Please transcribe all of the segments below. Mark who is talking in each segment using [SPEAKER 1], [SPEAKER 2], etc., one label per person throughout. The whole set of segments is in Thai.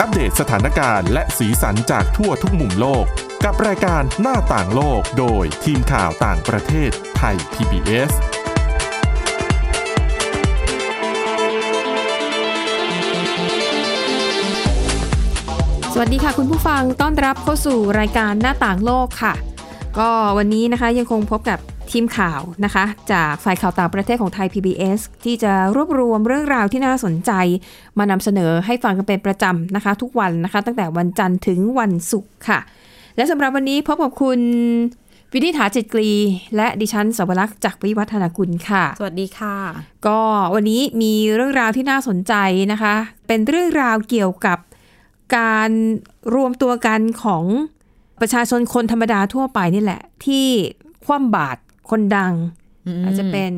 [SPEAKER 1] อัปเดตสถานการณ์และสีสันจากทั่วทุกมุมโลก กับรายการหน้าต่างโลกโดยทีมข่าวต่างประเทศไทย PBS
[SPEAKER 2] สวัสดีค่ะคุณผู้ฟังต้อนรับเข้าสู่รายการหน้าต่างโลกค่ะ ก็วันนี้นะคะยังคงพบกับทีมข่าวนะคะ จากฝ่ายข่าวต่างประเทศของไทย PBS ที่จะรวบรวมเรื่องราวที่น่าสนใจ มานำเสนอให้ฟังกันเป็นประจำนะคะ ทุกวันนะคะ ตั้งแต่วันจันทร์ถึงวันศุกร์ค่ะ และสำหรับวันนี้พบกับคุณวินิษฐาจิตกรี และดิฉันสวรักษ์จากวิวัฒนากุลค่ะ
[SPEAKER 3] สวัสดีค่ะ
[SPEAKER 2] ก็วันนี้มีเรื่องราวที่น่าสนใจนะคะ เป็นเรื่องราวเกี่ยวกับการรวมตัวกันของประชาชนคนธรรมดาทั่วไปนี่แหละ ที่คว่ำบาตรคนดัง อาจจะเป็น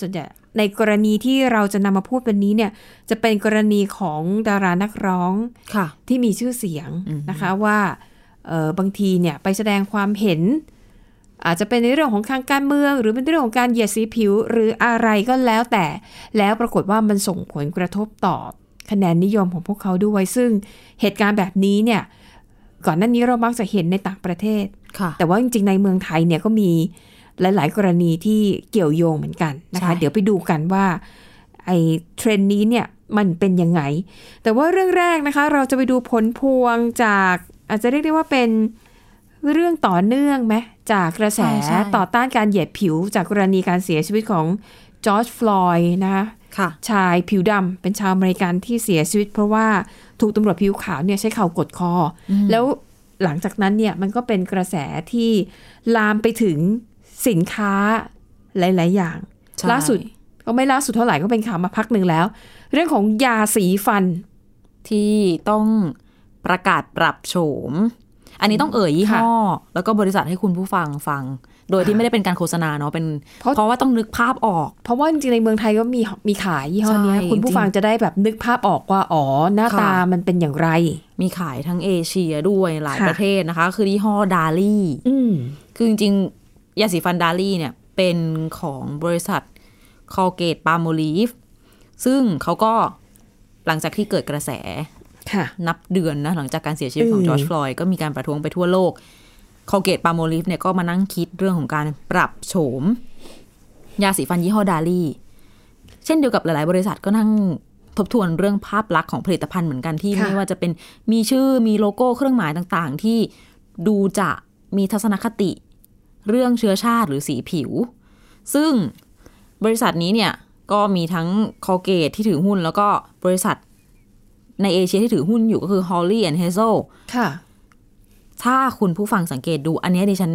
[SPEAKER 2] ส่วนใหญ่ในกรณีที่เราจะนำมาพูดวันนี้เนี่ย จะเป็นกรณีของดารานักร้อง
[SPEAKER 3] ค่ะ
[SPEAKER 2] ที่มีชื่อเสียงนะคะว่าเอ่อบางทีเนี่ยไปแสดงความเห็น อาจจะเป็นในเรื่องของทางการเมือง หรือเป็นเรื่องของการเหยียดสีผิว หรืออะไรก็แล้วแต่ แล้วปรากฏว่ามันส่งผลกระทบต่อคะแนนนิยมของพวกเขาด้วย ซึ่งเหตุการณ์แบบนี้เนี่ยก่อนหน้านี้เรามักจะเห็นในต่างประเทศ
[SPEAKER 3] ค่ะ
[SPEAKER 2] แต่ว่าจริงๆ ในเมืองไทยเนี่ยก็มีหลาย ๆ กรณีที่เกี่ยวโยงเหมือนกันนะคะ
[SPEAKER 3] ใช่
[SPEAKER 2] เดี๋ยวไปดูกันว่าไอ้เทรนด์นี้เนี่ยมันเป็นยังไง แต่ว่าเรื่องแรกนะคะ เราจะไปดูผลพวงจากอาจจะเรียกได้ว่าเป็นเรื่องต่อเนื่องไหมจากกระแส
[SPEAKER 3] ใช่ใช่
[SPEAKER 2] ต่อต้านการเหยียดผิว จากกรณีการเสียชีวิตของจอร์จฟลอยด์นะคะ
[SPEAKER 3] ค่ะ
[SPEAKER 2] ชายผิวดำเป็นชาวอเมริกันที่เสียชีวิต เพราะว่าถูกตำรวจผิวขาวเนี่ยใช้เข่ากดคออแล้วหลังจากนั้นเนี่ยมันก็เป็นกระแสที่ลามไปถึงสินค้าหลาย ๆ อย่าง
[SPEAKER 3] ใช่
[SPEAKER 2] ล่าสุดก็ไม่ล่าสุดเท่าไหร่ก็เป็นข่าวมาพักหนึ่งแล้ว เรื่องของยาสีฟัน
[SPEAKER 3] ที่ต้องประกาศปรับโฉม อันนี้ต้องเอ่ยยี่ห้อ แล้วก็บริษัทให้คุณผู้ฟังฟัง โดยที่ไม่ได้เป็นการโฆษณาเนาะ เป็น
[SPEAKER 2] เพราะ
[SPEAKER 3] เพราะว่าต้องนึกภาพออก
[SPEAKER 2] เพราะว่าจริง ๆ ในเมืองไทยก็มีมีขายยี่ห้อเนี้ย
[SPEAKER 3] ใช่
[SPEAKER 2] คุณผู้ฟังจะได้แบบนึกภาพออกว่าอ๋อหน้า
[SPEAKER 3] ค่ะ
[SPEAKER 2] ตามันเป็นอย่างไร
[SPEAKER 3] มีขายทั้งเอเชียด้วยหลาย
[SPEAKER 2] ค่ะ
[SPEAKER 3] ประเทศนะคะ คือยี่ห้อดาลี่
[SPEAKER 2] อืม
[SPEAKER 3] คือจริงๆ ยาสีฟันดาลี่เนี่ย เป็นของบริษัทคอลเกตปาโมลีฟ ซึ่งเขาก็หลังจากที่เกิดกระแส
[SPEAKER 2] ค่ะ
[SPEAKER 3] นับเดือนนะหลังจากการเสียชีวิตของ
[SPEAKER 2] อืม
[SPEAKER 3] จอร์จฟลอยด์ก็มีการประท้วงไปทั่วโลกคอเกตปาโมลิฟเนี่ยก็มานั่งคิดเรื่องของการปรับโฉม ยาสีฟันยี่ห้อดาลี่ เช่นเดียวกับหลาย ๆ บริษัทก็นั่งทบทวนเรื่องภาพลักษณ์ของผลิตภัณฑ์เหมือนกันที่
[SPEAKER 2] ค่ะ
[SPEAKER 3] ไม่ว่าจะเป็นมีชื่อมีโลโก้เครื่องหมายต่าง ๆ ที่ดูจะมีทัศนคติ เรื่องเชื้อชาติหรือสีผิว ซึ่งบริษัทนี้เนี่ยก็มีทั้งคอเกตที่ถือหุ้น แล้วก็บริษัทในเอเชียที่ถือหุ้นอยู่ก็คือ Holly and Hazel
[SPEAKER 2] ค่ะ
[SPEAKER 3] ถ้าคุณผู้ฟังสังเกตดู อันเนี้ยดิฉัน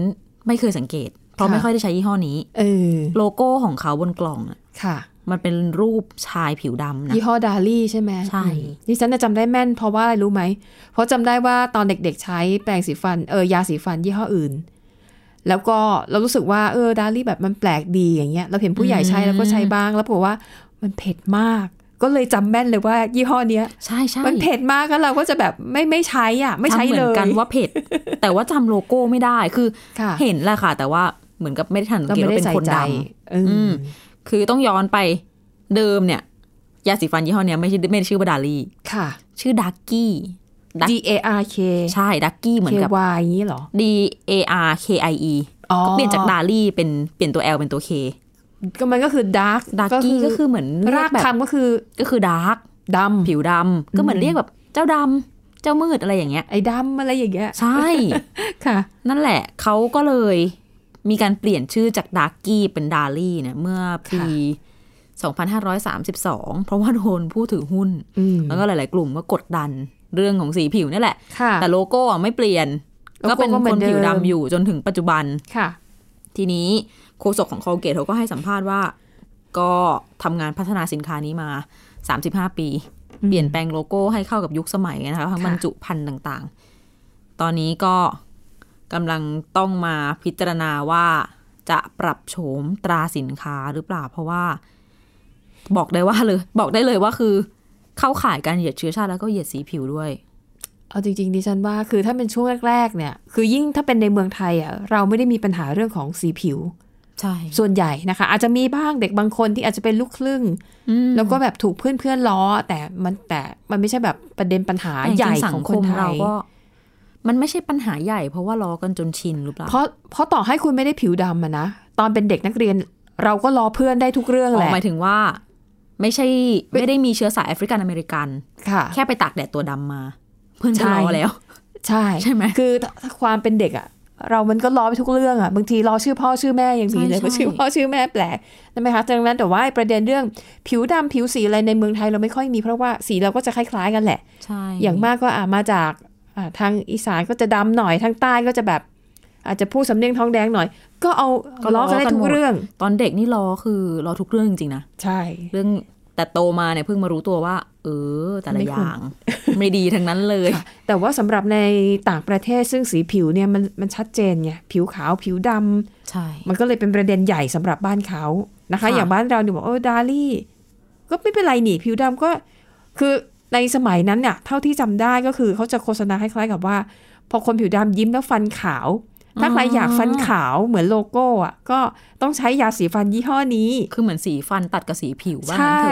[SPEAKER 3] ไม่เคยสังเกต เพราะ
[SPEAKER 2] ค่ะ
[SPEAKER 3] ไม่ค่อยได้ใช้ยี่ห้อนี้
[SPEAKER 2] เออ
[SPEAKER 3] โลโก้ของเขาบนกล่องอะ
[SPEAKER 2] ค่ะ
[SPEAKER 3] มันเป็นรูปชายผิวดำนะ
[SPEAKER 2] ยี่ห้อดาลี่ใช่ไหม
[SPEAKER 3] ใช่
[SPEAKER 2] อืมดิฉันน่ะจำได้แม่นเพราะว่าอะไรรู้ไหม เพราะจำได้ว่าตอนเด็กๆใช้แปรงสีฟันเออยาสีฟันยี่ห้ออื่น แล้วก็เรารู้สึกว่าเออดาลี่แบบมันแปลกดีอย่างเงี้ย เราเห็นผู้ใหญ่ใช้แล้วก็ใช้บ้าง แล้วปรากฏว่ามันเผ็ดมาก ก็เลยจำแม่นเลยว่ายี่ห้อเนี้ย
[SPEAKER 3] ใช่ใช่
[SPEAKER 2] มันเผ็ดมากแล้วเราก็จะแบบไม่ไม่ใช้อ่ะ ไม่ใช้
[SPEAKER 3] จำเห
[SPEAKER 2] เล
[SPEAKER 3] มื
[SPEAKER 2] ย
[SPEAKER 3] นกันว่าเผ็ด แต่ว่าจำโลโก้ไม่ได้คือ
[SPEAKER 2] ค่ะ
[SPEAKER 3] เห็นแหละค่ะ แต่ว่าเหมือนกับไม่ได้ทันสั
[SPEAKER 2] เรา
[SPEAKER 3] งเกต
[SPEAKER 2] ไม่ได้
[SPEAKER 3] ว่าเป็น
[SPEAKER 2] ใส่
[SPEAKER 3] คน
[SPEAKER 2] ใจ
[SPEAKER 3] ดำ
[SPEAKER 2] เอออ
[SPEAKER 3] ม คือต้องย้อนไปเดิมเนี่ย ยาสีฟันยี่ห้อเนี้ยไม่ใช่ไม่ได้ชื่อว่าดาลี
[SPEAKER 2] ค่ะ
[SPEAKER 3] ชื่อดักกี้ ดัก
[SPEAKER 2] D A R K
[SPEAKER 3] ใช่ดักกี้เหมื
[SPEAKER 2] K
[SPEAKER 3] อนกับ
[SPEAKER 2] Y อย่างงี้เหรอ
[SPEAKER 3] D A R K I E
[SPEAKER 2] อ๋อ
[SPEAKER 3] ก็เปลี่ยนจากดาลี่เป็นเปลี่ยนตัว L เป็นตัว K
[SPEAKER 2] ก็มันก็คือ dark
[SPEAKER 3] ดักกี้ก็คือเหมือน
[SPEAKER 2] ราก
[SPEAKER 3] เยแบบ
[SPEAKER 2] คำก็คือ
[SPEAKER 3] ก็คือดาร์ก
[SPEAKER 2] ดำ
[SPEAKER 3] ผิวดำก็เหมือนเรียกแบบเจ้าดำเจ้ามืดอะไรอย่างเงี้ย
[SPEAKER 2] ไอ้ดำอะไรอย่างเงี้ย
[SPEAKER 3] ใช่
[SPEAKER 2] ค่ะ
[SPEAKER 3] นั่นแหละเขาก็เลยมีการเปลี่ยนชื่อจากดาร์กกี้เป็นดาลี่เนี่ยเมื่อปี
[SPEAKER 2] ค่
[SPEAKER 3] 2532 เพราะว่าโดนผู้ถือหุ้น
[SPEAKER 2] อืม
[SPEAKER 3] แล้วก็หลาย ๆ กลุ่มก็กดดันเรื่องของสีผิวนี่แหละ
[SPEAKER 2] ค่ะ
[SPEAKER 3] แต่โลโก้อะไม่เปลี่ยน
[SPEAKER 2] โลโก้
[SPEAKER 3] ก็เป็น
[SPEAKER 2] ก็เหมื
[SPEAKER 3] ค
[SPEAKER 2] อน
[SPEAKER 3] น
[SPEAKER 2] เดิม
[SPEAKER 3] ผิวดำอยู่จนถึงปัจจุบัน
[SPEAKER 2] ค่ะ
[SPEAKER 3] ทีนี้โฆษกของคอลเกตเขาก็ให้สัมภาษณ์ว่า ก็ทำงานพัฒนาสินค้านี้มา 35 ปี
[SPEAKER 2] อืม
[SPEAKER 3] เปลี่ยนแปลงโลโก้ให้เข้ากับยุคสมัยนะคะทั้ง
[SPEAKER 2] ค่ะ
[SPEAKER 3] บรรจุภัณฑ์ต่างๆ ตอนนี้ก็กำลังต้องมาพิจารณาว่าจะปรับโฉมตราสินค้าหรือเปล่า เพราะว่า บอกได้ว่าเลย บอกได้เลยว่าคือ เข้าข่ายการเหยียดเชื้อชาติแล้วก็เหยียดสีผิวด้วย
[SPEAKER 2] เอาจริงๆดิฉันว่าคือถ้าเป็นช่วงแรกๆเนี่ย คือยิ่งถ้าเป็นในเมืองไทยอ่ะเราไม่ได้มีปัญหาเรื่องของสีผิว
[SPEAKER 3] ใช่
[SPEAKER 2] ส่วนใหญ่นะคะ อาจจะมีบ้างเด็กบางคนที่อาจจะเป็นลูกครึ่ง
[SPEAKER 3] อืม
[SPEAKER 2] แล้วก็แบบถูกเพื่อนเพื่อนๆล้อ แต่มันแต่มันไม่ใช่แบบประเด็นปัญหา
[SPEAKER 3] แต่จริ
[SPEAKER 2] ใหญ่
[SPEAKER 3] ๆสั
[SPEAKER 2] ของ ง
[SPEAKER 3] ค
[SPEAKER 2] คน
[SPEAKER 3] ม
[SPEAKER 2] ไท
[SPEAKER 3] เรา
[SPEAKER 2] ย
[SPEAKER 3] ก็ มันไม่ใช่ปัญหาใหญ่ เพราะว่าล้อกันจนชินหรือเปล่า
[SPEAKER 2] เพราะเพราะต่อให้คุณไม่ได้ผิวดำอะนะตอนเป็นเด็กนักเรียนเราก็ล้อเพื่อนได้ทุกเรื่องแห
[SPEAKER 3] อ๋อ
[SPEAKER 2] ละ
[SPEAKER 3] หมายถึงว่า ไม่ใช่ไม่ได้มีเชื้อสายแอฟริกันอเมริกัน
[SPEAKER 2] ค่ะ
[SPEAKER 3] แค่ไปตากแดดตัวดำมา เพื่อนก็ล้อ
[SPEAKER 2] ใช่
[SPEAKER 3] แล้ว
[SPEAKER 2] ใช่
[SPEAKER 3] ใช่ไหม
[SPEAKER 2] คือถ้าถ้าความเป็นเด็กอะเรามันก็ล้อไปทุกเรื่องอะบางทีล้อชื่อพ่อชื่อแม่ยังมี
[SPEAKER 3] ใช่
[SPEAKER 2] เลย
[SPEAKER 3] ใช่
[SPEAKER 2] ก็ชื่อพ่อชื่อแม่แปลกนะไหมคะดังนั้นแต่ว่าไอ้ประเด็นเรื่องผิวดำผิวสีอะไรในเมืองไทยเราไม่ค่อยมีเพราะว่าสีเราก็จะคล้ายๆกันแหละ
[SPEAKER 3] ใช่
[SPEAKER 2] อย่างมากก็อ่ามาจากอ่าทางอีสานก็จะดำหน่อยทางใต้ก็จะแบบ อาจจะพูดสำเนียงท้องแดงหน่อย ก็เอาล้อกันได้ทุกเรื่อง
[SPEAKER 3] ตอนเด็กนี่ล้อคือล้อทุกเรื่องจริงๆนะ
[SPEAKER 2] ใช่
[SPEAKER 3] เรื่องแต่โตมาเนี่ยเพิ่งมารู้ตัวว่า เออ แต่ละ
[SPEAKER 2] ไม่
[SPEAKER 3] อ
[SPEAKER 2] ควร
[SPEAKER 3] ย่าง ไม่ดีทั้งนั้นเลย
[SPEAKER 2] แต่ว่าสำหรับในต่างประเทศซึ่งสีผิวเนี่ยมันมันชัดเจนไงผิวขาวผิวดำ
[SPEAKER 3] ใช่
[SPEAKER 2] มันก็เลยเป็นประเด็นใหญ่สำหรับบ้านเขานะคะ
[SPEAKER 3] ค่ะ
[SPEAKER 2] อย่างบ้านเราเนี่ยบอกเออดาลี่ก็ไม่เป็นไรนี่ผิวดำก็ คือในสมัยนั้นเนี่ยเท่าที่จำได้ก็คือเขาจะโฆษณาคล้ายๆกับว่า พอคนผิวดำยิ้มแล้วฟันขาว ถ้าใครอยากฟันขาวเหมือนโลโก้อ่ะก็ต้องใช้ยาสีฟันยี่ห้อนี้
[SPEAKER 3] คือเหมือนสีฟันตัดกับสีผิวว่างั้น
[SPEAKER 2] ใช่
[SPEAKER 3] เถอ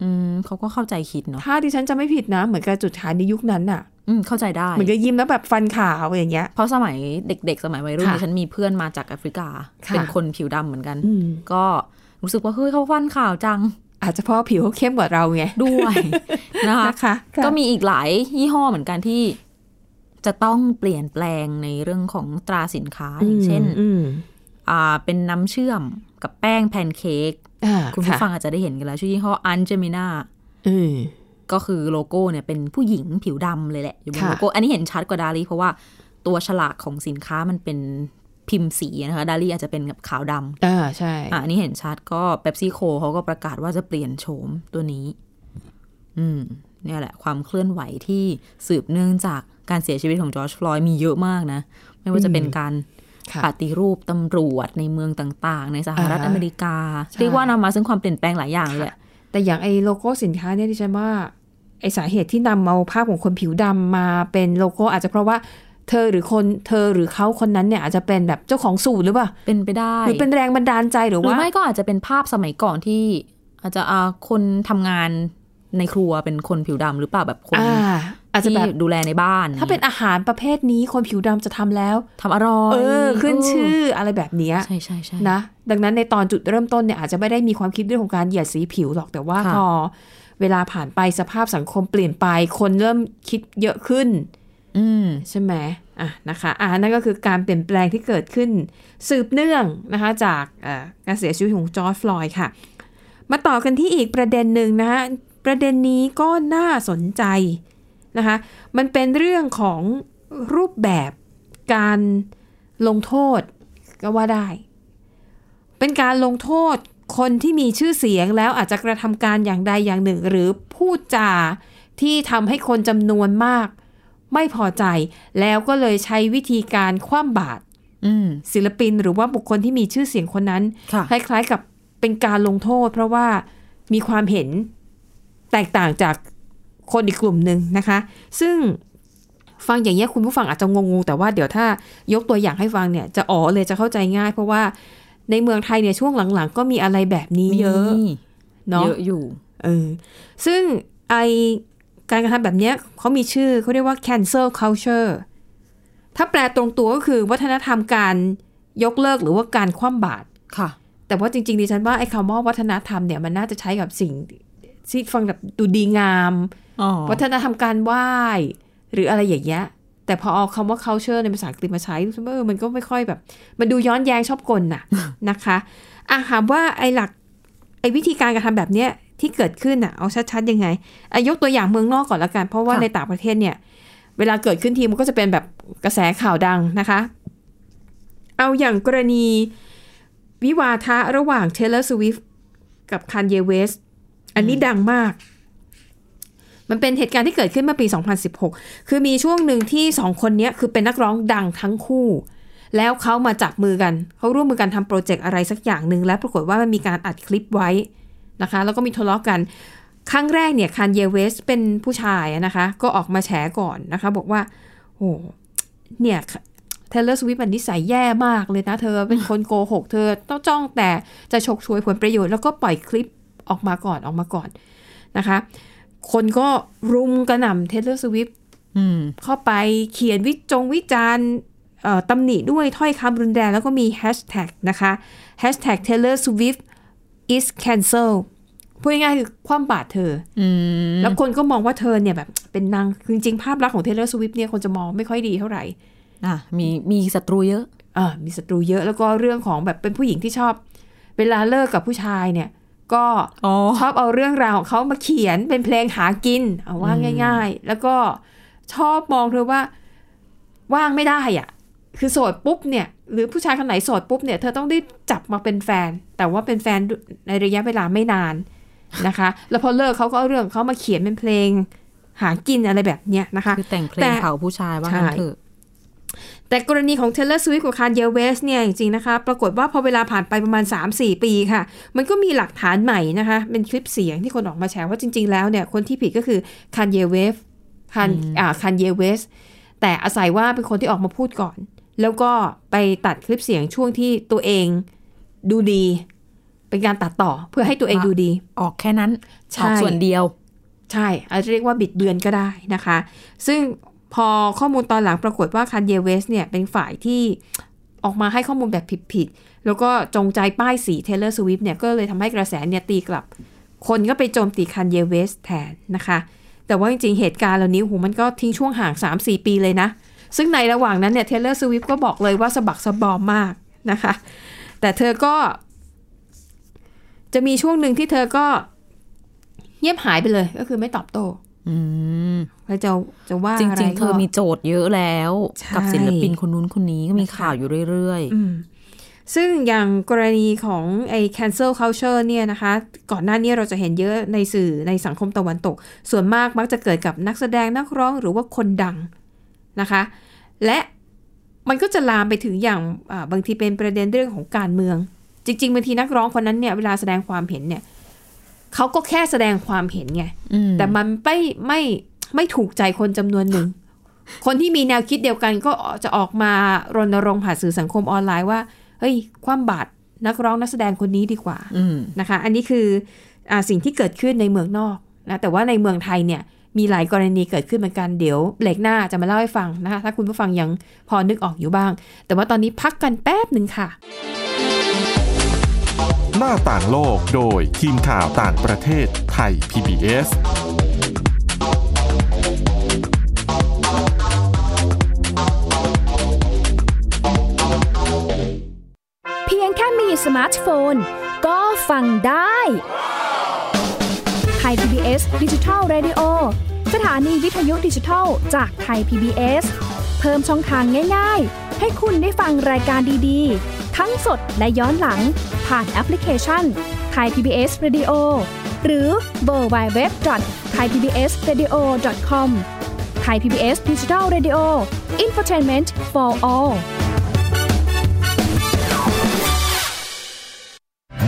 [SPEAKER 3] ะอืมเขาก็เข้าใจคิดเนาะ
[SPEAKER 2] ถ้าดิฉันจะไม่ผิดนะ เหมือนกับจุดขายในยุคนั้นน่ะ
[SPEAKER 3] อืมเข้าใจได้
[SPEAKER 2] เหมือนกับยิ้มแล้วแบบฟันขาวอย่างเงี้ย
[SPEAKER 3] เพราะสมัยเด็ก ๆ สมัยวัยรุ่น
[SPEAKER 2] ค่ะ
[SPEAKER 3] ดิฉันมีเพื่อนมาจากแอฟริกา
[SPEAKER 2] ค่ะ
[SPEAKER 3] เป็นคนผิวดำเหมือนกัน
[SPEAKER 2] อืม
[SPEAKER 3] ก็รู้สึกว่าเฮ้ยเขาฟันขาวจัง
[SPEAKER 2] อาจจะเพราะผิวเขาเข้มกว่าเราไง
[SPEAKER 3] ด้วย นะคะ
[SPEAKER 2] นะคะ
[SPEAKER 3] ก็มีอีกหลายยี่ห้อเหมือนกันที่ จะต้องเปลี่ยนแปลงในเรื่องของตราสินค้าอย่างเช่น
[SPEAKER 2] อืม
[SPEAKER 3] อ่าเป็นน้ำเชื่อมกับแป้งแพนเค้ก
[SPEAKER 2] อ่า
[SPEAKER 3] คุณผู้
[SPEAKER 2] ะ
[SPEAKER 3] ฟังอาจจะได้เห็นกันแล้ว ชื่อยี่ห้ออันเจมินา
[SPEAKER 2] อืม
[SPEAKER 3] ก็คือโลโก้เนี่ยเป็นผู้หญิงผิวดำเลยแหละ อยู่บน
[SPEAKER 2] ค่ะ
[SPEAKER 3] โลโก้ อันนี้เห็นชัดกว่าดาลีเพราะว่าตัวฉลากของสินค้ามันเป็นพิมพ์สีนะคะ ดาลีอาจจะเป็นกับขาวดำ
[SPEAKER 2] อ่าใช่
[SPEAKER 3] อ่ะอันนี้เห็นชัดก็เป๊ปซี่โคเขาก็ประกาศว่าจะเปลี่ยนโฉมตัวนี้ อืม เนี่ยแหละ ความเคลื่อนไหวที่สืบเนื่องจากการเสียชีวิตของจอร์จฟลอยด์มีเยอะมากนะ ไม่ว่าจะเป็นการ
[SPEAKER 2] ค่ะ
[SPEAKER 3] ปฏิรูปตำรวจในเมืองต่างๆ ในสหรัฐ
[SPEAKER 2] อ่าฮะ
[SPEAKER 3] อเมริกา
[SPEAKER 2] ใช่
[SPEAKER 3] เรียกว่านำมาซึ่งความเปลี่ยนแปลงหลายอย่างเลยแหละ
[SPEAKER 2] แต่อย่างไอ้โลโก้สินค้าเนี่ยดิฉันว่าไอ้สาเหตุที่นำเอาภาพของคนผิวดำมาเป็นโลโก้ อาจจะเพราะว่าเธอหรือคนเธอหรือเขาคนนั้นเนี่ยอาจจะเป็นแบบเจ้าของสูตรหรือเปล่า
[SPEAKER 3] เป็นไปได้
[SPEAKER 2] หรือเป็นแรงบันดาลใจหรือ
[SPEAKER 3] หรือ
[SPEAKER 2] ว่า
[SPEAKER 3] ไม่ก็อาจจะเป็นภาพสมัยก่อนที่ อาจจะเอาคนทำงานในครัวเป็นคนผิวดำหรือเปล่าแบบคน
[SPEAKER 2] อ่า อาจจะ
[SPEAKER 3] ที่
[SPEAKER 2] แบบ
[SPEAKER 3] ดูแลในบ้าน
[SPEAKER 2] ถ้าเป็นอาหารประเภทนี้คนผิวดำจะทำแล้ว
[SPEAKER 3] ทำอร่อย
[SPEAKER 2] เออ ขึ้นชื่ออะไรแบบเนี้ย
[SPEAKER 3] ใช่ใช่ใช่
[SPEAKER 2] นะ ดังนั้นในตอนจุดเริ่มต้นเนี่ยอาจจะไม่ได้มีความคิดเรื่องของการเหยียดสีผิวหรอกแต่ว่า
[SPEAKER 3] ค่ะ
[SPEAKER 2] พอเวลาผ่านไปสภาพสังคมเปลี่ยนไปคนเริ่มคิดเยอะขึ้น
[SPEAKER 3] อืม
[SPEAKER 2] ใช่ไหมอ่ะนะคะอ่ะนั่นก็คือการเปลี่ยนแปลงที่เกิดขึ้นสืบเนื่องนะคะจากเอ่อการเสียชีวิตของจอร์จฟลอยด์ค่ะ มาต่อกันที่อีกประเด็นหนึ่งนะคะประเด็นนี้ก็น่าสนใจนะคะ มันเป็นเรื่องของรูปแบบการลงโทษก็ว่าได้ เป็นการลงโทษคนที่มีชื่อเสียงแล้วอาจจะกระทำการอย่างใดอย่างหนึ่ง หรือพูดจาที่ทำให้คนจำนวนมาก ไม่พอใจแล้วก็เลยใช้วิธีการคว่ำบาตร
[SPEAKER 3] อืม
[SPEAKER 2] ศิลปิน หรือว่าบุคคลที่มีชื่อเสียงคนนั้น
[SPEAKER 3] ค่ะ
[SPEAKER 2] คล้ายๆกับเป็นการลงโทษ เพราะว่ามีความเห็นแตกต่างจากคนอีกกลุ่มหนึ่งนะคะ ซึ่งฟังอย่างนี้ยคุณผู้ฟังอาจจะงงๆแต่ว่าเดี๋ยวถ้ายกตัวอย่างให้ฟังเนี่ยจะอ๋อเลยจะเข้าใจง่าย เพราะว่าในเมืองไทยเนี่ยช่วงหลังๆ ก็มีอะไรแบบนี้เยอะ
[SPEAKER 3] มี
[SPEAKER 2] เนาะ
[SPEAKER 3] เยอะอยู่
[SPEAKER 2] เออซึ่งไอการกระทำแบบเนี้ยเขามีชื่อเขาเรียกว่า cancel culture ถ้าแปลตรงตัวก็คือวัฒนธรรมการยกเลิกหรือว่าการคว่ำบาตร
[SPEAKER 3] ค่ะ
[SPEAKER 2] แต่ว่าจริงๆดิฉันว่าไอ้คำว่าวัฒนธรรมเนี่ยมันน่าจะใช้กับสิ่งที่ฟังแบบดูดีงาม
[SPEAKER 3] อ๋อ
[SPEAKER 2] วัฒนธรรมการไหว้หรืออะไรอย่างเงี้ยแต่พอเอาคำว่า culture ในภาษาอังกฤษมาใช้รู้สึกว่าเออมันก็ไม่ค่อยแบบ มันดูย้อนแย้งชอบกล น่ะ นะคะอ่ะถามว่าไอ้หลักไอ้วิธีการการะทำแบบเนี้ยที่เกิดขึ้นน่ะเอาชัดๆยังไงอายกตัวอย่างเมืองนอกก่อนละกัน เพราะว่าในต่างประเทศเนี่ย เวลาเกิดขึ้นทีมันก็จะเป็นแบบกระแสข่าวดังนะคะ เอาอย่างกรณีวิวาทะระหว่าง Taylor Swift กับ Kanye West อันนี้ดังมาก มันเป็นเหตุการณ์ที่เกิดขึ้นเมื่อปี 2016 คือมีช่วงหนึ่งที่สองคนเนี้ยคือเป็นนักร้องดังทั้งคู่ แล้วเขามาจับมือกัน เขาร่วมมือกันทำโปรเจกต์อะไรสักอย่างหนึ่ง แล้วปรากฏว่ามันมีการอัดคลิปไว้นะคะ แล้วก็มีทะเลาะกัน ครั้งแรกเนี่ยคานเยเวสเป็นผู้ชายอะนะคะ ก็ออกมาแฉก่อนนะคะ บอกว่าโอ้เนี่ย เทเลอร์สวิฟมันนิสัยแย่มากเลยนะ เธอเป็นคนโกหก เธอต้องจ้องแต่จะฉกฉวยผลประโยชน์แล้วก็ปล่อยคลิปออกมาก่อนออกมาก่อนนะคะ คนก็รุมกระหน่ำเทเลอร์สวิฟ
[SPEAKER 3] อืม
[SPEAKER 2] เข้าไปเขียนวิจงวิจารณ์เอ่อตำหนิด้วยถ้อยคำรุนแรง แล้วก็มีแฮชแท็กนะคะแฮชแท็ก Taylor Swift is cancel พูดง่ายๆคือความบาดเธออแล้วคนก็มองว่าเธอเนี่ยแบบเป็นนาง จริงๆ ภาพลักษณ์ของ Taylor Swift เนี่ยคนจะมองไม่ค่อยดีเท่าไหร่
[SPEAKER 3] อ่ะมีมีศัตรูเยอะ
[SPEAKER 2] เอ่อมีศัตรูเยอะแล้วก็เรื่องของแบบเป็นผู้หญิงที่ชอบ เวลาเลิกกับผู้ชายเนี่ย ก็
[SPEAKER 3] อ๋อ
[SPEAKER 2] ชอบเอาเรื่องราวของเขามาเขียนเป็นเพลงหากิน เอาว่าง่าย ๆ แล้วก็ชอบมองเธอว่าว่างไม่ได้อะคือโสดปุ๊บเนี่ย หรือผู้ชายคนไหนโสดปุ๊บเนี่ยเธอต้องได้จับมาเป็นแฟน แต่ว่าเป็นแฟนในระยะเวลาไม่นานนะคะ แล้วพอเลิกเขาก็เอาเรื่องเขามาเขียนเป็นเพลงหากินอะไรแบบเนี้ยนะคะ
[SPEAKER 3] คือแต่งเพล
[SPEAKER 2] แต่
[SPEAKER 3] งเผาผู้ชายว่างั้น
[SPEAKER 2] ใช่
[SPEAKER 3] เถอะ
[SPEAKER 2] แต่กรณีของ Taylor Swift กับ Kanye West เนี่ยจริงๆนะคะ ปรากฏว่าพอเวลาผ่านไปประมาณ 3-4 ปีค่ะ มันก็มีหลักฐานใหม่นะคะ เป็นคลิปเสียงที่คนออกมาแชร์ว่าจริง ๆ แล้วเนี่ย คนที่ผิดก็คือ Kanye West Kan อ่า Kanye West แต่อาศัยว่าเป็นคนที่ออกมาพูดก่อน แล้วก็ไปตัดคลิปเสียงช่วงที่ตัวเองดูดี เป็นการตัดต่อเพื่อให้ตัวเองดูดี
[SPEAKER 3] ออกแค่นั้น
[SPEAKER 2] ใช่
[SPEAKER 3] ออกส่วนเดียว
[SPEAKER 2] ใช่อาจจะเรียกว่าบิดเบือนก็ได้นะคะ ซึ่งพอข้อมูลตอนหลังปรากฏว่าคันเยเวสเนี่ยเป็นฝ่ายที่ออกมาให้ข้อมูลแบบผิดๆ แล้วก็จงใจป้ายสีเทเลอร์สวิฟเนี่ยก็เลยทำให้กระแสเนี่ยตีกลับ คนก็ไปโจมตีคันเยเวสแทนนะคะ แต่ว่าจริงๆ เหตุการณ์เหล่านี้โอ้โหมันก็ทิ้งช่วงห่าง 3-4 ปีเลยนะ ซึ่งในระหว่างนั้นเนี่ยเทเลอร์สวิฟก็บอกเลยว่าสะบักสะบอมมากนะคะ แต่เธอก็ จะมีช่วงหนึ่งที่เธอก็ เงียบหายไปเลยก็คือไม่ตอบโต้
[SPEAKER 3] อืม
[SPEAKER 2] แล้วจะจะว่า
[SPEAKER 3] จ
[SPEAKER 2] อะไร
[SPEAKER 3] ริง ๆ เธอ
[SPEAKER 2] ก็
[SPEAKER 3] มีโจทย์เยอะแล้ว
[SPEAKER 2] ใช่
[SPEAKER 3] กับศิลปินคนนู้นคนนี้ก็มีข่าวอยู่เรื่อย
[SPEAKER 2] อืมซึ่งอย่างกรณีของไอ้ cancel culture เนี่ยนะคะ ก่อนหน้านี้เราจะเห็นเยอะในสื่อในสังคมตะวันตก ส่วนมากมักจะเกิดกับนักแสดงนักร้องหรือว่าคนดังนะคะ และมันก็จะลามไปถึงอย่างอ่าบางทีเป็นประเด็นเรื่องของการเมือง จริงๆบางทีนักร้องคนนั้นเนี่ยเวลาแสดงความเห็นเนี่ยเขาก็แค่แสดงความเห็นไง
[SPEAKER 3] ๆ อืม
[SPEAKER 2] แต่มันไม่ไม่ไม่ถูกใจคนจำนวนห นึ่ง คนที่มีแนวคิดเดียวกันก็จะออกมารณรงค์ผ่านสื่อสังคมออนไลน์ว่า เฮ้ย ความบาดนักร้องนักแสดงคนนี้ดีกว่า
[SPEAKER 3] อืม
[SPEAKER 2] นะคะ อันนี้คืออาสิ่งที่เกิดขึ้นในเมืองนอกนะ แต่ว่าในเมืองไทยเนี่ยมีหลายกรณีเกิดขึ้นเหมือนกัน เดี๋ยวเบรกหน้าจะมาเล่าให้ฟังนะคะ ถ้าคุณผู้ฟังยังพอนึกออกอยู่บ้าง แต่ว่าตอนนี้พักกันแป๊บหนึ่งค่ะ
[SPEAKER 1] หน้าต่างโลกโดยทีมข่าวต่างประเทศไทย PBS
[SPEAKER 4] เพียงแค่มีสมาร์ทโฟน ก็ฟังได้ไทย PBS ดิจิทัล Radio สถานีวิทยุดิจิทัลจากไทย PBS เพิ่มช่องทางง่ายๆ ให้คุณได้ฟังรายการดีๆ ทั้งสดและย้อนหลัง ผ่านแอปพลิเคชันไทย PBS Radio หรือเวอร์ไบเว็บจอดไทยพีบีเอสเรดิโอคอมไทยพีบีเอสดิจิทัลเรดิโออินฟอร์ทนเมนต์ for all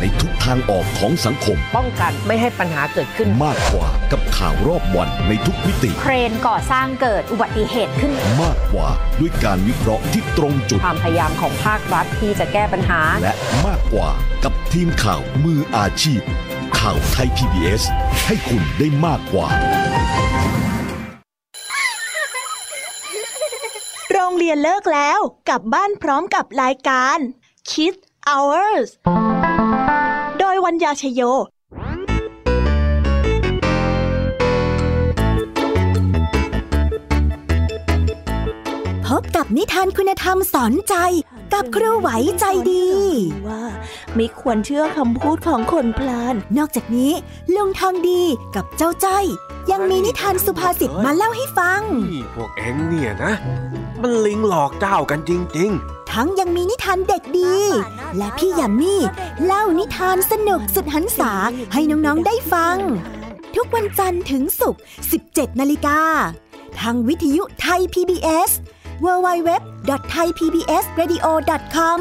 [SPEAKER 5] ในทุกทางออกของสังคม
[SPEAKER 6] ป้องกันไม่ให้ปัญหาเกิดขึ้น
[SPEAKER 5] มากกว่ากับข่าวรอบวันในทุกมิติ
[SPEAKER 7] เครนก่อสร้างเกิดอุบัติเหตุขึ้น
[SPEAKER 5] มากกว่าด้วยการวิเคราะห์ที่ตรงจุด
[SPEAKER 6] ความพยายามของภาครัฐที่จะแก้ปัญหา
[SPEAKER 5] และมากกว่ากับทีมข่าวมืออาชีพ ข่าวไทย PBS ให้คุณได้มากกว่า
[SPEAKER 8] โรงเรียนเลิกแล้ว กลับบ้านพร้อมกับรายการ Kids Hours โดยวัญญาชยโย
[SPEAKER 9] พบกับนิทานคุณธรรมสอนใจกับครูไหวใจดี
[SPEAKER 8] ว่า ไม่ควรเชื่อคำพูดของคนพลาน
[SPEAKER 9] นอกจากนี้ ลุงทองดีกับเจ้าจ้อยยังมีนิทานสุภาษิตมาเล่าให้ฟัง
[SPEAKER 10] นี่พวกเอ็งเนี่ยนะ มันลิงหลอกเจ้ากันจริง
[SPEAKER 9] ทั้งยังมีนิทานเด็กดี และพี่ยามี่เล่านิทานสนุกสุดหันษาให้น้องๆได้ฟัง ทุกวันจันทร์ถึงศุกร์ 17 นาฬิกา ทางวิทยุไทย PBS www.thaipbsradio.com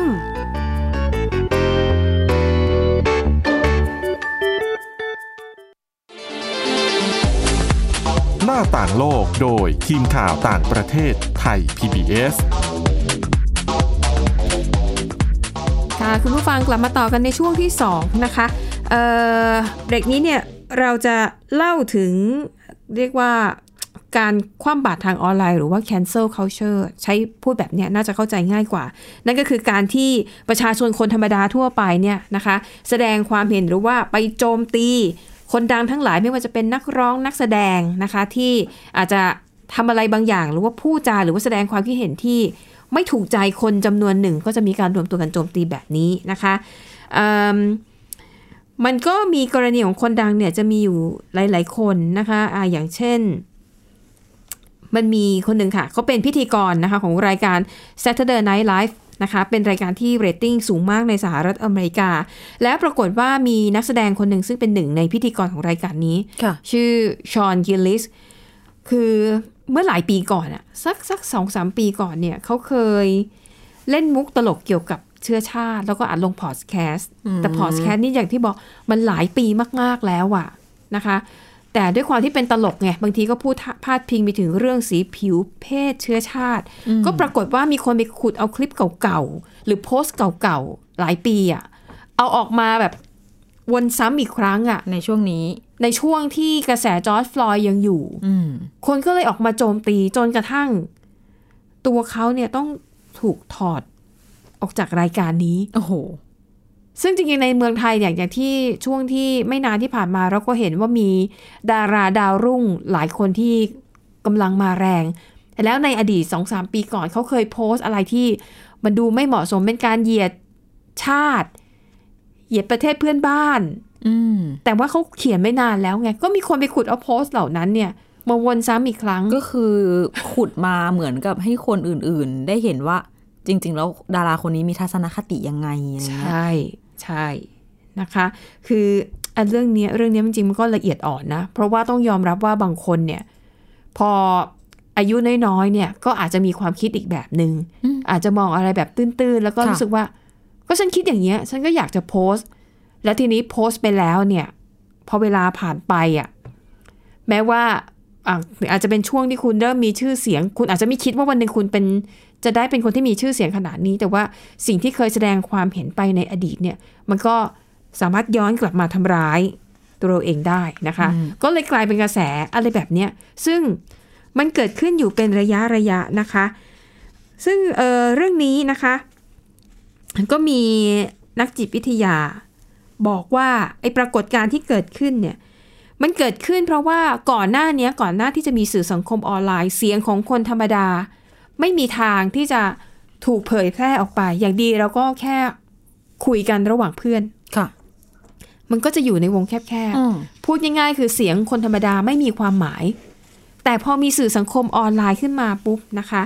[SPEAKER 1] หน้าต่างโลกโดยทีมข่าวต่างประเทศไทย PBS
[SPEAKER 2] ค่ะคุณผู้ฟังกลับมาต่อกันในช่วงที่ 2 นะคะเอ่อเบรกนี้เนี่ยเราจะเล่าถึงเรียกว่าการคว่ำบาตรทางออนไลน์หรือว่า cancel culture ใช้พูดแบบเนี้ยน่าจะเข้าใจง่ายกว่า นั่นก็คือการที่ประชาชนคนธรรมดาทั่วไปเนี่ยนะคะแสดงความเห็นหรือว่าไปโจมตี คนดังทั้งหลายไม่ว่าจะเป็นนักร้องนักแสดงนะคะที่อาจจะทำอะไรบางอย่าง หรือว่าพูดจาหรือว่าแสดงความคิดเห็นที่ ไม่ถูกใจคนจำนวนหนึ่งก็จะมีการรวมตัวกันโจมตีแบบนี้นะคะเอิ่มมันก็มีกรณีของคนดังเนี่ยจะมีอยู่หลาย ๆ คนนะคะอาอย่างเช่น มันมีคนหนึ่งค่ะเขาเป็นพิธีกรนะคะของรายการ Saturday Night Live นะคะเป็นรายการที่เรตติ้งสูงมากในสหรัฐอเมริกา และปรากฏว่ามีนักแสดงคนหนึ่งซึ่งเป็นหนึ่งในพิธีกรของรายการนี้
[SPEAKER 3] ค่ะ
[SPEAKER 2] ชื่อชอนกิลลิส คือเมื่อหลายปีก่อนอะสักสักสองสามปีก่อนเนี่ยเขาเคยเล่นมุกตลกเกี่ยวกับเชื้อชาติ แล้วก็อัดลงพอดแคสต์
[SPEAKER 3] อืม
[SPEAKER 2] แต่พอดแคสต์นี่อย่างที่บอกมันหลายปีมาก ๆ แล้วอะนะคะ แต่ด้วยความที่เป็นตลกไง บางทีก็พูดพาดพิงไปถึงเรื่องสีผิวเพศเชื้อชาติ ก็ปรากฏว่ามีคนไปขุดเอาคลิปเก่าๆ หรือโพสต์เก่าๆ หลายปีอะเอาออกมาแบบวนซ้ำอีกครั้งอะ
[SPEAKER 3] ในช่วงนี้
[SPEAKER 2] ในช่วงที่กระแสจอร์จฟลอยด์ยังอยู่
[SPEAKER 3] อืม
[SPEAKER 2] คนก็เลยออกมาโจมตีจนกระทั่ง ตัวเขาเนี่ยต้องถูกถอดออกจากรายการนี้
[SPEAKER 3] โอ้โห
[SPEAKER 2] ซึ่งจริงๆในเมืองไทยเนี่ยอย่างที่ช่วงที่ไม่นานที่ผ่านมาเราก็เห็นว่ามีดาราดาวรุ่งหลายคนที่กำลังมาแรง แล้วในอดีต 2-3 ปีก่อนเขาเคยโพสต์อะไรที่มันดูไม่เหมาะสมเป็นการเหยียดชาติ เหยียดประเทศเพื่อนบ้าน
[SPEAKER 3] อืม
[SPEAKER 2] แต่ว่าเขาเขียนไม่นานแล้วไง ก็มีคนไปขุดเอาโพสต์เหล่านั้นเนี่ย มาวนซ้ำอีกครั้ง
[SPEAKER 3] ก็คือขุดมาเหมือนกับให้คนอื่นๆ ได้เห็นว่าจริง ๆ แล้วดาราคนนี้มีทัศนคติยังไงอะไร
[SPEAKER 2] ใช
[SPEAKER 3] เงี้ย่
[SPEAKER 2] ใช่นะคะ คืออันเรื่องเนี้ยเรื่องเนี้ยจริงๆมันก็ละเอียดอ่อนนะ เพราะว่าต้องยอมรับว่าบางคนเนี่ย พออายุน้อยๆเนี่ย ก็อาจจะมีความคิดอีกแบบหนึง่งอาจจะมองอะไรแบบตื้นๆ แล้วก็รู้สึกว่า ก็ฉันคิดอย่างเงี้ย ฉันก็อยากจะโพสต์ แล้วทีนี้โพสต์ไปแล้วเนี่ย พอเวลาผ่านไปอ่ะ แม้ว่าอ่ะอาจจะเป็นช่วงที่คุณเริ่มมีชื่อเสียง คุณอาจจะไม่คิดว่าวันหนึ่งคุณเป็นจะได้เป็นคนที่มีชื่อเสียงขนาดนี้ แต่ว่าสิ่งที่เคยแสดงความเห็นไปในอดีตเนี่ย มันก็สามารถย้อนกลับมาทำร้ายตัวเราเองได้นะคะ ก็เลยกลายเป็นกระแสอะไรแบบเนี้ยซึ่งมันเกิดขึ้นอยู่เป็นระยะระยะนะคะ ซึ่งเอ่อเรื่องนี้นะคะ ก็มีนักจิตวิทยา บอกว่าไอ้ปรากฏการณ์ที่เกิดขึ้นเนี่ย มันเกิดขึ้นเพราะว่าก่อนหน้าเนี้ยก่อนหน้าที่จะมีสื่อสังคมออนไลน์เสียงของคนธรรมดา ไม่มีทางที่จะถูกเผยแพร่ออกไป อย่างดีเราก็แค่คุยกันระหว่างเพื่อน
[SPEAKER 3] ค่ะ
[SPEAKER 2] มันก็จะอยู่ในวงแคบ
[SPEAKER 3] อืม
[SPEAKER 2] ๆ พูดง่ายๆ คือเสียงคนธรรมดาไม่มีความหมาย แต่พอมีสื่อสังคมออนไลน์ขึ้นมาปุ๊บนะคะ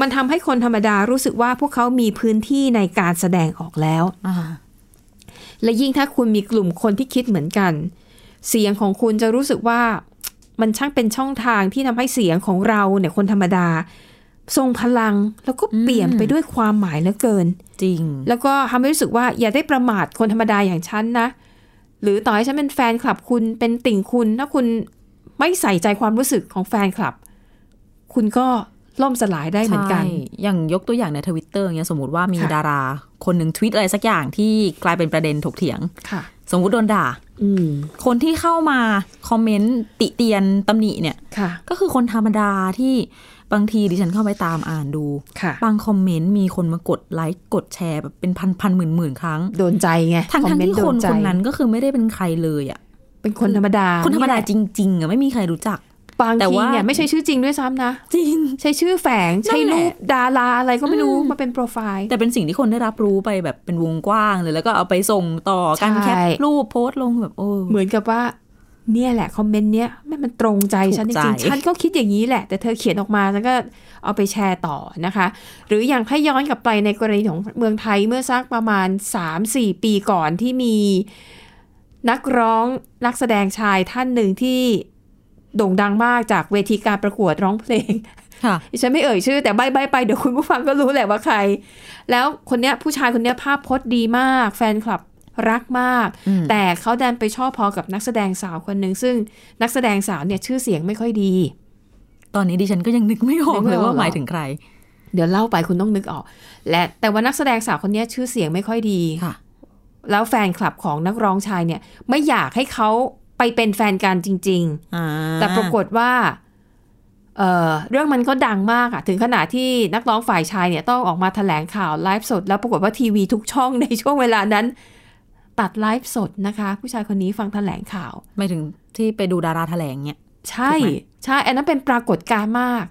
[SPEAKER 2] มันทำให้คนธรรมดารู้สึกว่าพวกเขามีพื้นที่ในการแสดงออกแล้ว
[SPEAKER 3] อ่า
[SPEAKER 2] และยิ่งถ้าคุณมีกลุ่มคนที่คิดเหมือนกัน เสียงของคุณจะรู้สึกว่ามันช่างเป็นช่องทางที่ทำให้เสียงของเราเนี่ยคนธรรมดา ทรงพลังแล้วก็เปี่ยมไปด้วยความหมายเหลือเกิน
[SPEAKER 3] จริง
[SPEAKER 2] แล้วก็ทำให้รู้สึกว่าอย่าได้ประมาทคนธรรมดาอย่างฉันนะ หรือต่อให้ฉันเป็นแฟนคลับคุณเป็นติ่งคุณ ถ้าคุณไม่ใส่ใจความรู้สึกของแฟนคลับ คุณก็ล่มสลายได้เหมือนกัน
[SPEAKER 3] ใช่อย่างยกตัวอย่างในทวิตเตอร์เงี้ยสมมติว่ามี
[SPEAKER 2] ค่ะ
[SPEAKER 3] ดารา คนหนึ่งทวิตอะไรสักอย่างที่กลายเป็นประเด็นถกเถียง
[SPEAKER 2] ค่ะ
[SPEAKER 3] สมมติโดนด่า
[SPEAKER 2] อืม
[SPEAKER 3] คนที่เข้ามาคอมเมนต์ติเตียนตำหนิเนี่ย
[SPEAKER 2] ค่ะ
[SPEAKER 3] ก็คือคนธรรมดาที่บางทีดิฉันเข้าไปตามอ่านดู
[SPEAKER 2] ค่ะ
[SPEAKER 3] บางคอมเมนต์มีคนมากดไลค์กดแชร์แบบเป็นพันพันหมื่นหมื่นๆครั้ง
[SPEAKER 2] โดนใจไง
[SPEAKER 3] ทั้ง
[SPEAKER 2] อม
[SPEAKER 3] ทั้ง
[SPEAKER 2] เมต์
[SPEAKER 3] ที่คน
[SPEAKER 2] โดใจ
[SPEAKER 3] คนนั้นก็คือไม่ได้เป็นใครเลยอ่ะ
[SPEAKER 2] เป็นคนธรรมดา
[SPEAKER 3] คนธรรมดา
[SPEAKER 2] เนี่ย
[SPEAKER 3] จริงๆอ่ะไม่มีใครรู้จัก
[SPEAKER 2] บาง
[SPEAKER 3] แต่
[SPEAKER 2] ที
[SPEAKER 3] ว่า
[SPEAKER 2] เนี่ยไม่ใช่ชื่อจริงด้วยซ้ำนะ
[SPEAKER 3] จริง
[SPEAKER 2] ใช้ชื่อแฝงใช้
[SPEAKER 3] นั่นแหละ
[SPEAKER 2] รูปดาราอะไรก็ไม่รู้
[SPEAKER 3] อืม
[SPEAKER 2] มาเป็นโปรไฟล์
[SPEAKER 3] แต่เป็นสิ่งที่คนได้รับรู้ไปแบบเป็นวงกว้างเลยแล้วก็เอาไปส่งต่อการ
[SPEAKER 2] ใช่
[SPEAKER 3] แคปรูปโพสต์ลงแบบโอ้
[SPEAKER 2] เหมือนกับว่าเนี่ยแหละคอมเมนต์เนี้ยแม่งมันตรงใจ
[SPEAKER 3] ถูก
[SPEAKER 2] ฉันจ
[SPEAKER 3] ใจ
[SPEAKER 2] ริงๆฉันก็คิดอย่างนี้แหละ แต่เธอเขียนออกมาแล้วก็เอาไปแชร์ต่อนะคะ หรืออย่างให้ย้อนกลับไปในกรณีของเมืองไทยเมื่อสักประมาณ 3-4 ปีก่อนที่มีนักร้องนักแสดงชายท่านหนึ่งที่ โด่งดังมากจากเวทีการประกวดร้องเพลง
[SPEAKER 3] ค่ะ
[SPEAKER 2] ดิฉันไม่เอ่ยชื่อ แต่ใบใบไปเดี๋ยวคุณผู้ฟังก็รู้แหละว่าใคร แล้วคนเนี้ยผู้ชายคนเนี้ยภาพพจน์ดีมาก แฟนคลับรักมาก
[SPEAKER 3] อืม
[SPEAKER 2] แต่เขาดันไปชอบพอกับนักแสดงสาวคนหนึ่งซึ่งนักแสดงสาวเนี่ยชื่อเสียงไม่ค่อยดี
[SPEAKER 3] ตอนนี้ดิฉันก็ยังนึกไม่ออก
[SPEAKER 2] นึกไม่
[SPEAKER 3] เลย
[SPEAKER 2] ออก
[SPEAKER 3] ว่า
[SPEAKER 2] เหรอ
[SPEAKER 3] หมายถึงใคร
[SPEAKER 2] เดี๋ยวเล่าไปคุณต้องนึกออก และแต่ว่านักแสดงสาวคนเนี้ยชื่อเสียงไม่ค่อยดี
[SPEAKER 3] ค่ะ
[SPEAKER 2] แล้วแฟนคลับของนักร้องชายเนี่ยไม่อยากให้เขาไปเป็นแฟนกันจริง ๆ
[SPEAKER 3] อ่า
[SPEAKER 2] แต่ปรากฏว่าเอ่อเรื่องมันก็ดังมากอะถึงขนาดที่นักร้องฝ่ายชายเนี่ยต้องออกมาแถลงข่าวไลฟ์สด แล้วปรากฏว่าทีวีทุกช่องในช่วงเวลานั้น ตัดไลฟ์สดนะคะ ผู้ชายคนนี้ฟังแถลงข่าว
[SPEAKER 3] หมายถึงที่ไปดูดาราแถลงเนี่ย
[SPEAKER 2] ใช่
[SPEAKER 3] ถูกไหม
[SPEAKER 2] ใช่อันนั้นเป็นปรากฏการณ์มาก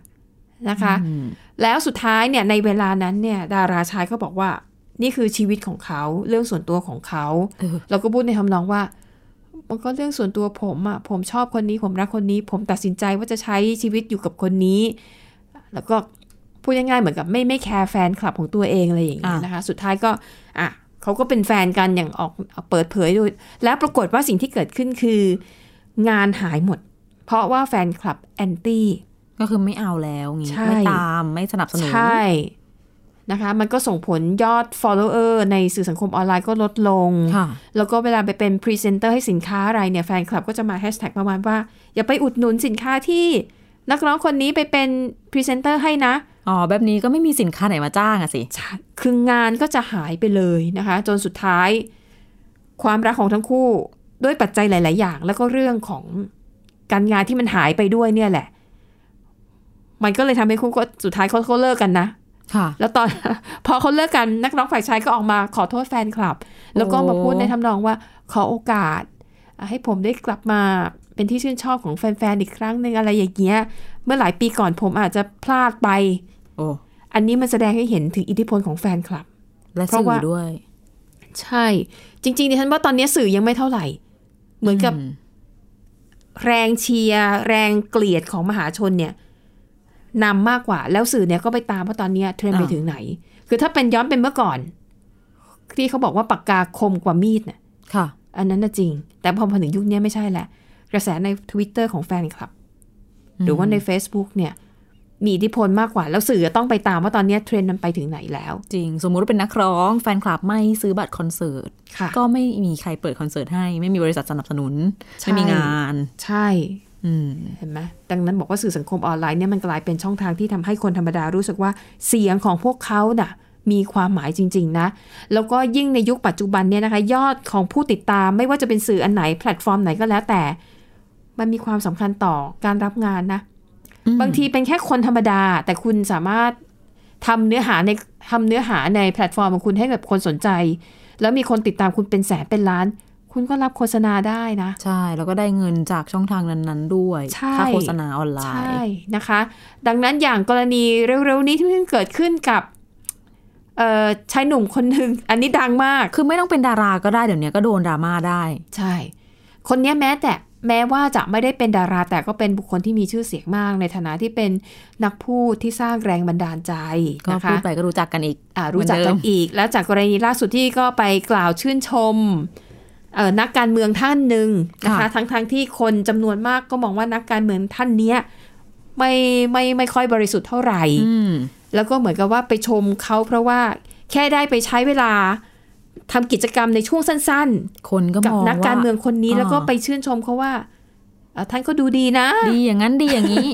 [SPEAKER 2] นะคะ
[SPEAKER 3] อืม
[SPEAKER 2] แล้วสุดท้ายเนี่ยในเวลานั้นเนี่ยดาราชายก็บอกว่า นี่คือชีวิตของเขาเรื่องส่วนตัวของเขา
[SPEAKER 3] เออ
[SPEAKER 2] เราก็พูดในทำนองว่า มันก็เรื่องส่วนตัวผมอะ่ะ ผมชอบคนนี้ ผมรักคนนี้ ผมตัดสินใจว่าจะใช้ชีวิตอยู่กับคนนี้ แล้วก็พูดง่ายๆเหมือนกับไม่ไม่แคร์แฟนคลับของตัวเองอะไรอย่างเงี้ย
[SPEAKER 3] อ่ะ
[SPEAKER 2] นะคะ สุดท้ายก็อ่ะเขาก็เป็นแฟนกันอย่างออกเปิดเผยดูแล้วปรากฏว่าสิ่งที่เกิดขึ้นคือ งานหายหมด เพราะว่าแฟนคลับแอนตี้
[SPEAKER 3] ก็คือไม่เอาแล้วงี้
[SPEAKER 2] ใช่
[SPEAKER 3] ไม่ตามไม่สนับสนุน
[SPEAKER 2] ใช่ นะคะ มันก็ส่งผลยอด follower ในสื่อสังคมออนไลน์ก็ลดลง
[SPEAKER 3] ค่ะ
[SPEAKER 2] แล้วก็เวลาไปเป็นพรีเซนเตอร์ให้สินค้าอะไรเนี่ยแฟนคลับก็จะมาแฮชแท็กประมาณว่า อย่าไปอุดหนุนสินค้าที่นักร้องคนนี้ไปเป็นพรีเซนเตอร์ให้นะ
[SPEAKER 3] อ๋อ แบบนี้ก็ไม่มีสินค้าไหนมาจ้างอะสิ
[SPEAKER 2] ใช่คืองานก็จะหายไปเลยนะคะ จนสุดท้าย ความรักของทั้งคู่ ด้วยปัจจัยหลาย ๆ อย่าง แล้วก็เรื่องของการงานที่มันหายไปด้วยเนี่ยแหละ มันก็เลยทำให้คู่ก็สุดท้ายเขาเขาเลิกกันนะ
[SPEAKER 3] ค่ะ
[SPEAKER 2] แล้วตอน พอเขาเลิกกันนักร้องฝ่ายชายก็ออกมาขอโทษแฟนคลับ แล้วก็มาพูดในทำนองว่าขอโอกาสอ่ะให้ผมได้กลับมาเป็นที่ชื่นชอบของแฟนๆอีกครั้งหนึ่งอะไรอย่างเงี้ยเมื่อหลายปีก่อนผมอาจจะพลาดไป
[SPEAKER 3] โอ้
[SPEAKER 2] อันนี้มันแสดงให้เห็นถึงอิทธิพลของแฟนคลับ
[SPEAKER 3] และ
[SPEAKER 2] เพราะ
[SPEAKER 3] สื่อ
[SPEAKER 2] ว่า
[SPEAKER 3] ด้วย
[SPEAKER 2] ใช่ จริงๆดิฉันว่าตอนนี้สื่อยังไม่เท่าไหร่ เหมือนกับ
[SPEAKER 3] อืม
[SPEAKER 2] แรงเชียร์แรงเกลียดของมหาชนเนี่ยนำมากกว่าแล้วสื่อเนี่ยก็ไปตามว่าตอนเนี้ยเทรนด์ไป
[SPEAKER 3] อ่า
[SPEAKER 2] ถึงไหน คือถ้าเป็นย้อนเป็นเมื่อก่อน ที่เขาบอกว่าปากกาคมกว่ามีดน่ะ
[SPEAKER 3] ค่ะ
[SPEAKER 2] อันนั้นน่ะจริง แต่พอมาถึงยุคนี้ไม่ใช่แหละ กระแสใน Twitter ของแฟนคลับ หรือว่าใน Facebook เนี่ยมีอิทธิพลมากกว่า แล้วสื่อต้องไปตามว่าตอนเนี้ยเทรนด์มันไปถึงไหนแล้ว
[SPEAKER 3] จริง สมมุติว่าเป็นนักร้องแฟนคลับไม่ซื้อบัตรคอนเสิร์ต
[SPEAKER 2] ค่ะ
[SPEAKER 3] ก็ไม่มีใครเปิดคอนเสิร์ตให้ ไม่มีบริษัทสนับสนุน
[SPEAKER 2] ใช่
[SPEAKER 3] ไม่มีงาน
[SPEAKER 2] ใช่
[SPEAKER 3] อืม
[SPEAKER 2] เห็นไหมดังนั้นบอกว่าสื่อสังคมออนไลน์เนี่ยมันกลายเป็นช่องทางที่ทำให้คนธรรมดารู้สึกว่าเสียงของพวกเขาน่ะมีความหมายจริง ๆ นะ แล้วก็ยิ่งในยุคปัจจุบันเนี่ยนะคะ ยอดของผู้ติดตามไม่ว่าจะเป็นสื่ออันไหน แพลตฟอร์มไหนก็แล้วแต่ มันมีความสำคัญต่อการรับงานนะ
[SPEAKER 3] อืม
[SPEAKER 2] บางทีเป็นแค่คนธรรมดา แต่คุณสามารถทำเนื้อหาในทำเนื้อหาในแพลตฟอร์มของคุณให้กับคนสนใจ แล้วมีคนติดตามคุณเป็นแสนเป็นล้าน คุณก็รับโฆษณาได้นะ
[SPEAKER 3] ใช่ แล้วก็ได้เงินจากช่องทางนั้นๆด้วย
[SPEAKER 2] ใช่
[SPEAKER 3] ค่าโฆษณาออนไล
[SPEAKER 2] ใช่
[SPEAKER 3] น์
[SPEAKER 2] นะคะ ดังนั้นอย่างกรณีเร็วๆนี้ที่เพิ่งเกิดขึ้นกับเอ่อชายหนุ่มคนหนึ่ง อันนี้ดังมาก
[SPEAKER 3] คือไม่ต้องเป็นดาราก็ได้เดี๋ยวนี้ก็โดนดราม่าได้
[SPEAKER 2] ใช่ คนเนี้ยแม้แต่แม้ว่าจะไม่ได้เป็นดาราแต่ก็เป็นบุคคลที่มีชื่อเสียงมาก ในฐานะที่เป็นนักพูดที่สร้างแรงบันดาลใจ
[SPEAKER 3] ก็
[SPEAKER 2] นะคะ
[SPEAKER 3] พูดไปก็รู้จักกันอีก
[SPEAKER 2] อ่ารู้จักกัน
[SPEAKER 3] เหมือเดิม
[SPEAKER 2] อีก แล้วจากกรณีล่าสุดที่ก็ไปกล่าวชื่นชมเอ่อนักการเมืองท่านหนึ่งนะคะทั้งๆทที่คนจำนวนมากก็มองว่านักการเมืองท่านเนี้ยไม่ไม่ไม่ค่อยบริสุทธิ์เท่าไหร่
[SPEAKER 3] อืม
[SPEAKER 2] แล้วก็เหมือนกับว่าไปชมเขาเพราะว่าแค่ได้ไปใช้เวลาทำกิจกรรมในช่วงสั้น
[SPEAKER 3] คนก็
[SPEAKER 2] ๆ กั
[SPEAKER 3] มอง
[SPEAKER 2] นักการเมืองคนนี้
[SPEAKER 3] อ่า
[SPEAKER 2] แล้วก็ไปชื่นชมเขาว่าเอ่อท่านก็ดูดีนะ
[SPEAKER 3] ดีอย่างนั้นดีอย่าง นี้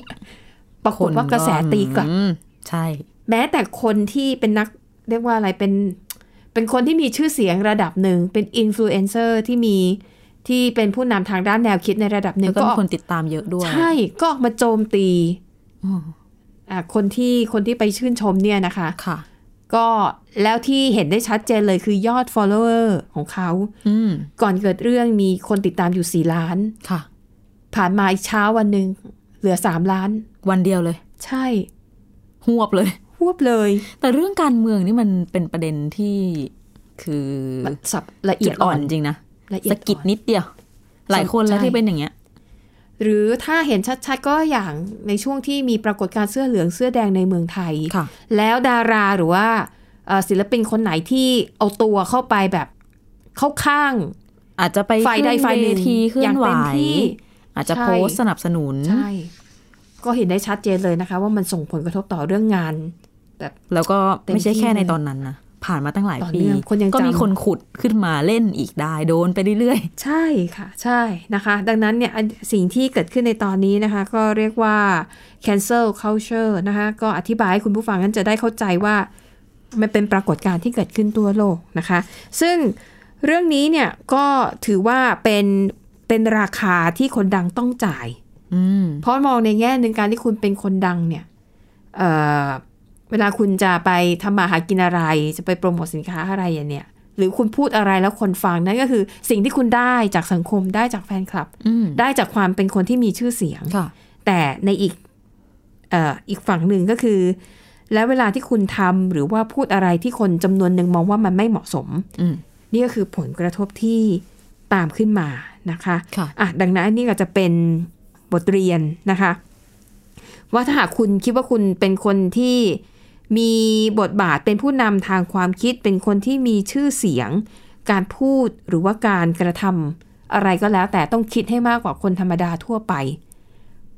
[SPEAKER 2] ปรากฏว่ากระแสตีกลับ
[SPEAKER 3] อืมใช่
[SPEAKER 2] แม้แต่คนที่เป็นนักเรียกว่าอะไรเป็นเป็นคนที่มีชื่อเสียงระดับหนึ่ง เป็นอินฟลูเอนเซอร์ที่มีที่เป็นผู้นำทางด้านแนวคิดในระดับหนึ่
[SPEAKER 3] แล้
[SPEAKER 2] ง
[SPEAKER 3] วก็
[SPEAKER 2] ก็
[SPEAKER 3] มี
[SPEAKER 2] ออก
[SPEAKER 3] คนติดตามเยอะด้วย
[SPEAKER 2] ใช่ก็ออกมาโจมตี
[SPEAKER 3] อืม
[SPEAKER 2] อ่ะคนที่คนที่ไปชื่นชมเนี่ยนะคะ
[SPEAKER 3] ค่ะ
[SPEAKER 2] ก็แล้วที่เห็นได้ชัดเจนเลยคือยอด follower ของเขา
[SPEAKER 3] อืม
[SPEAKER 2] ก่อนเกิดเรื่องมีคนติดตามอยู่ 4 ล้าน
[SPEAKER 3] ค่ะ
[SPEAKER 2] ผ่านมาอีกเช้าวันหนึ่งเหลือ 3 ล้าน
[SPEAKER 3] วันเดียวเลย
[SPEAKER 2] ใช่
[SPEAKER 3] หวบเลย
[SPEAKER 2] ฮวบเลย
[SPEAKER 3] แต่เรื่องการเมืองนี่มันเป็นประเด็นที่คือ
[SPEAKER 2] มันสับละเอี
[SPEAKER 3] จุ
[SPEAKER 2] ย
[SPEAKER 3] ด
[SPEAKER 2] ด
[SPEAKER 3] อ่
[SPEAKER 2] อ่
[SPEAKER 3] อ
[SPEAKER 2] อน น
[SPEAKER 3] จริงนะ
[SPEAKER 2] ละเอียด
[SPEAKER 3] สะกิด
[SPEAKER 2] อ่อน
[SPEAKER 3] นิดเดียว หลายคนแล้ว
[SPEAKER 2] สนใจ
[SPEAKER 3] ที่เป็นอย่างเงี้ย
[SPEAKER 2] หรือถ้าเห็นชัดๆ ก็อย่างในช่วงที่มีปรากฏการณ์เสื้อเหลืองเสื้อแดงในเมืองไทย
[SPEAKER 3] ค่ะ
[SPEAKER 2] แล้วดาราหรือว่าเอ่อศิลปินคนไหนที่เอาตัวเข้าไปแบบเข้าข้าง
[SPEAKER 3] อาจจะไป
[SPEAKER 2] ฝ่ายใด
[SPEAKER 3] ขึ้น
[SPEAKER 2] ฝ่ายหนึ่ง
[SPEAKER 3] เวทีเคลื่อย่
[SPEAKER 2] อาน ง
[SPEAKER 3] ไหว
[SPEAKER 2] เต็มที่
[SPEAKER 3] อาจจะ
[SPEAKER 2] ใช่
[SPEAKER 3] โพสต์สนับสนุน
[SPEAKER 2] ใช่ ก็เห็นได้ชัดเจนเลยนะคะ ว่ามันส่งผลกระทบต่อเรื่องงานแบบ
[SPEAKER 3] แล้วก็
[SPEAKER 2] เต็ม
[SPEAKER 3] ไม่ใช่
[SPEAKER 2] ที่
[SPEAKER 3] แค่ใน
[SPEAKER 2] เลย
[SPEAKER 3] ตอนนั้นนะผ่านมาตั้งหลาย
[SPEAKER 2] ต่อ
[SPEAKER 3] ปี
[SPEAKER 2] เนื่องคนยัง
[SPEAKER 3] ก็มี
[SPEAKER 2] จำ
[SPEAKER 3] คนขุดขึ้นมาเล่นอีกได้โดนไปเรื่อย
[SPEAKER 2] ใช่ค่ะ ใช่นะคะ ดังนั้นเนี่ยอันสิ่งที่เกิดขึ้นในตอนนี้นะคะ ก็เรียกว่า cancel culture นะคะ ก็อธิบายให้คุณผู้ฟังนั้นจะได้เข้าใจว่า มันเป็นปรากฏการณ์ที่เกิดขึ้นทั่วโลกนะคะ ซึ่งเรื่องนี้เนี่ยก็ถือว่าเป็นเป็นราคาที่คนดังต้องจ่าย
[SPEAKER 3] ๆ อืม
[SPEAKER 2] เพราะมองในแง่หนึ่งการที่คุณเป็นคนดังเนี่ยเอ่อเวลาคุณจะไปทำมาหากินอะไร จะไปโปรโมทสินค้าอะไรอย่างเนี่ย หรือคุณพูดอะไรแล้วคนฟังนั่นก็คือสิ่งที่คุณได้จากสังคมได้จากแฟนคลับ
[SPEAKER 3] อืม
[SPEAKER 2] ได้จากความเป็นคนที่มีชื่อเสียง
[SPEAKER 3] ค่ะ
[SPEAKER 2] แต่ในอีกเอ่ออีกฝั่งหนึ่งก็คือ แล้วเวลาที่คุณทำหรือว่าพูดอะไรที่คนจำนวนหนึ่งมองว่ามันไม่เหมาะสม
[SPEAKER 3] อืม
[SPEAKER 2] นี่ก็คือผลกระทบที่ตามขึ้นมานะคะ
[SPEAKER 3] ค่ะ
[SPEAKER 2] อ่ะ ดังนั้นอันนี่ก็จะเป็นบทเรียนนะคะ ว่าถ้าหากคุณคิดว่าคุณเป็นคนที่มีบทบาทเป็นผู้นำทางความคิด เป็นคนที่มีชื่อเสียง การพูดหรือว่าการกระทำอะไรก็แล้ว แต่ต้องคิดให้มากกว่าคนธรรมดาทั่วไป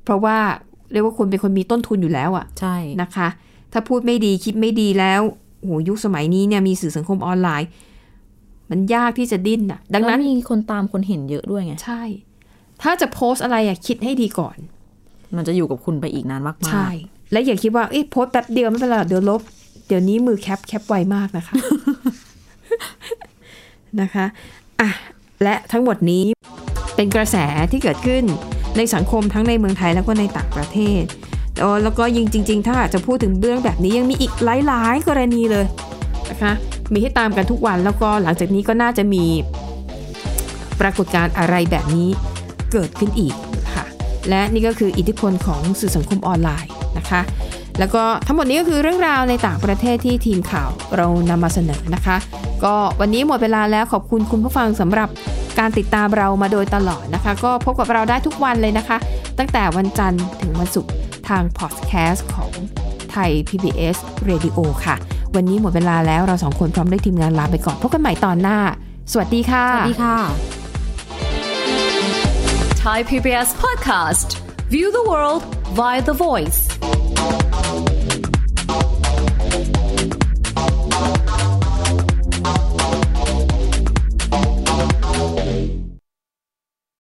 [SPEAKER 2] เพราะว่าเรียกว่าคุณเป็นคนมีต้นทุนอยู่แล้วอะ
[SPEAKER 3] ใช่
[SPEAKER 2] นะคะ ถ้าพูดไม่ดีคิดไม่ดีแล้วโหยุคสมัยนี้เนี่ยมีสื่อสังคมออนไลน์ มันยากที่จะดิ้นอ่ะ ดังนั้น
[SPEAKER 3] แล้วมีคนตามคนเห็นเยอะด้วยไง
[SPEAKER 2] ใช่ ถ้าจะโพสต์อะไรอะคิดให้ดีก่อน
[SPEAKER 3] มันจะอยู่กับคุณไปอีกนานมากๆ
[SPEAKER 2] ใช่ และอย่าคิดว่าเอ๊ะโพสต์แป๊บเดียวไม่เป็นไรหรอกเดี๋ยวลบ เดี๋ยวนี้มือแคปแคปไวมาก นะคะ นะคะอ่ะและทั้งหมดนี้เป็นกระแสที่เกิดขึ้นในสังคมทั้งในเมืองไทยแล้วก็ในต่างประเทศเอ่อแล้วก็ยิงจริง ๆ ถ้าจะพูดถึงเรื่องแบบนี้ยังมีอีกหลาย ๆ กรณีเลยนะคะ มีให้ตามกันทุกวันแล้วก็หลังจากนี้ก็น่าจะมีปรากฏการณ์อะไรแบบนี้เกิดขึ้นอีกค่ะ และนี่ก็คืออิทธิพลของสื่อสังคมออนไลน์นะคะ แล้วก็ทั้งหมดนี้ก็คือเรื่องราวในต่างประเทศที่ทีมข่าวเรานำมาเสนอนะคะ ก็วันนี้หมดเวลาแล้วขอบคุณคุณผู้ฟังสำหรับการติดตามเรามาโดยตลอดนะคะ ก็พบกับเราได้ทุกวันเลยนะคะ ตั้งแต่วันจันทร์ถึงวันศุกร์ทางพอดแคสต์ของไทย PBS Radio ค่ะ วันนี้หมดเวลาแล้วเราสองคนพร้อมด้วยทีมงานลาไปก่อนพบกันใหม่ตอนหน้า สวัสดีค่ะ
[SPEAKER 3] สวัสดีค่ะ
[SPEAKER 11] Thai PBS podcast. View the world via the voice.